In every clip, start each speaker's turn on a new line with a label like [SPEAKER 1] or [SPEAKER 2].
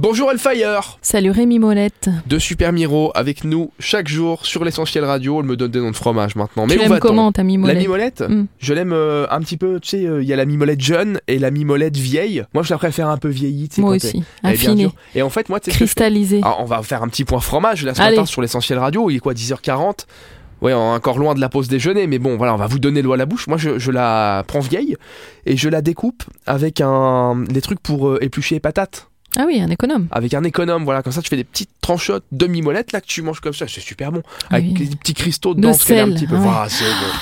[SPEAKER 1] Bonjour Hellfire
[SPEAKER 2] Salut Rémi Molette.
[SPEAKER 1] De Super Miro avec nous chaque jour sur l'essentiel radio. Elle me donne des noms de fromage maintenant.
[SPEAKER 2] tu
[SPEAKER 1] Mais on va
[SPEAKER 2] l'aimes comment ta
[SPEAKER 1] La
[SPEAKER 2] mimolette
[SPEAKER 1] mimolette
[SPEAKER 2] Mm.
[SPEAKER 1] Je l'aime euh, un petit peu, tu sais, euh, il y a la mimolette jeune et la mimolette vieille. Moi, je la préfère un peu vieillie, tu sais,
[SPEAKER 2] Moi
[SPEAKER 1] quand
[SPEAKER 2] aussi.
[SPEAKER 1] elle- elle est bien
[SPEAKER 2] Affiné,
[SPEAKER 1] dure. Et en fait, moi, tu sais, ce que je fais
[SPEAKER 2] cristallisé.
[SPEAKER 1] Ah, on va faire un petit point fromage là ce
[SPEAKER 2] Allez.
[SPEAKER 1] matin sur l'essentiel radio. Il est quoi 10h40 Ouais, encore loin de la pause déjeuner, mais bon, voilà, on va vous donner l'eau à la bouche. Moi, je, je la prends vieille et je la découpe avec un des trucs pour euh, éplucher les patates,
[SPEAKER 2] Ah oui, un économe.
[SPEAKER 1] avec un économe. Voilà, comme ça, tu fais des petites tranchottes demi molettes là que tu manges comme ça. C'est super bon, avec
[SPEAKER 2] Oui.
[SPEAKER 1] des petits cristaux
[SPEAKER 2] De
[SPEAKER 1] dedans. parce qu'elle est un
[SPEAKER 2] sel,
[SPEAKER 1] petit peu.
[SPEAKER 2] ouais.
[SPEAKER 1] Voilà, c'est bon.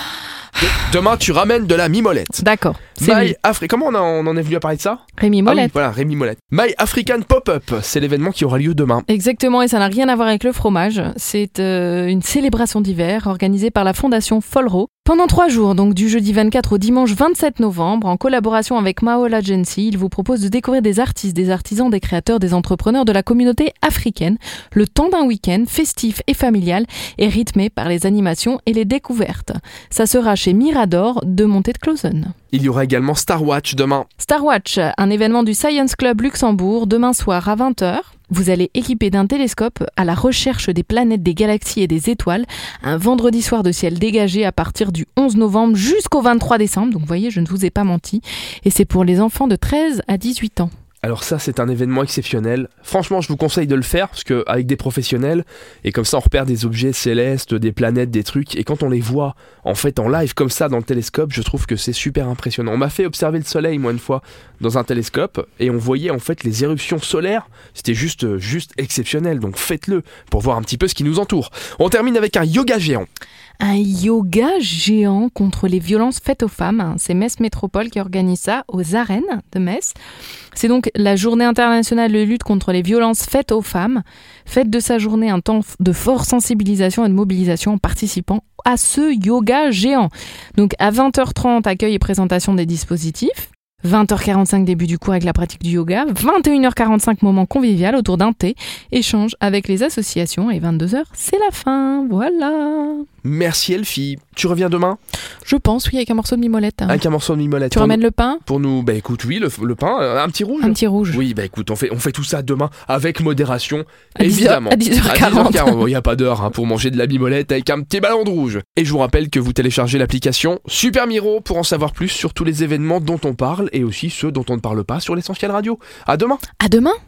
[SPEAKER 1] De- Demain, tu ramènes de la mimolette.
[SPEAKER 2] D'accord, c'est
[SPEAKER 1] My
[SPEAKER 2] lui.
[SPEAKER 1] Afri- Comment on, a- on en est venu à parler de ça Ah
[SPEAKER 2] Rémi
[SPEAKER 1] oui,
[SPEAKER 2] Molette.
[SPEAKER 1] voilà, Rémi Molette. My African Pop-Up, c'est l'événement qui aura lieu demain.
[SPEAKER 2] Exactement, et ça n'a rien à voir avec le fromage. C'est euh, une célébration d'hiver organisée par la Fondation Folro pendant trois jours, donc du jeudi 24 au dimanche 27 novembre, en collaboration avec Maol Agency. Il vous propose de découvrir des artistes, des artisans, des créateurs, des entrepreneurs de la communauté africaine, le temps d'un week-end festif et familial et rythmé par les animations et les découvertes. Ça sera chez Mirador de Montée de Clausen.
[SPEAKER 1] Il y aura également Star Watch demain.
[SPEAKER 2] Starwatch, un événement du Science Club Luxembourg, demain soir à 20h. Vous allez équiper d'un télescope à la recherche des planètes, des galaxies et des étoiles, un vendredi soir de ciel dégagé à partir du 11 novembre jusqu'au 23 décembre. Donc vous voyez, je ne vous ai pas menti. Et c'est pour les enfants de 13 à 18 ans.
[SPEAKER 1] Alors ça, c'est un événement exceptionnel. Franchement, je vous conseille de le faire parce que avec des professionnels et comme ça, on repère des objets célestes, des planètes, des trucs. Et quand on les voit en fait en live comme ça dans le télescope, je trouve que c'est super impressionnant. On m'a fait observer le soleil moi une fois dans un télescope et on voyait en fait les éruptions solaires. C'était juste, juste exceptionnel. Donc faites-le pour voir un petit peu ce qui nous entoure. On termine avec un yoga géant.
[SPEAKER 2] Un yoga géant contre les violences faites aux femmes. Hein, C'est Metz Métropole qui organise ça aux arènes de Metz. C'est donc la journée internationale de lutte contre les violences faites aux femmes. Faites de sa journée un temps de forte sensibilisation et de mobilisation en participant à ce yoga géant. Donc à 20h30, accueil et présentation des dispositifs. 20h45, début du cours avec la pratique du yoga. 21h45, moment convivial autour d'un thé. Échange avec les associations. Et 22h, c'est la fin. Voilà.
[SPEAKER 1] Merci Elfie. Tu reviens demain
[SPEAKER 2] Je pense, oui, avec un morceau de mimolette. hein.
[SPEAKER 1] avec un morceau de mimolette.
[SPEAKER 2] Ah. Tu
[SPEAKER 1] Pour-
[SPEAKER 2] ramènes le pain
[SPEAKER 1] pour nous, bah écoute, oui, le, le pain, euh, un petit rouge.
[SPEAKER 2] Un petit rouge.
[SPEAKER 1] Oui, bah écoute, on fait, on fait tout ça demain avec modération,
[SPEAKER 2] À 10
[SPEAKER 1] évidemment.
[SPEAKER 2] heures- à 10h40.
[SPEAKER 1] il n'y a pas d'heure hein, pour manger de la bimolette avec un petit ballon de rouge. Et je vous rappelle que vous téléchargez l'application Super Miro pour en savoir plus sur tous les événements dont on parle et aussi ceux dont on ne parle pas sur l'essentiel radio. À demain
[SPEAKER 2] À demain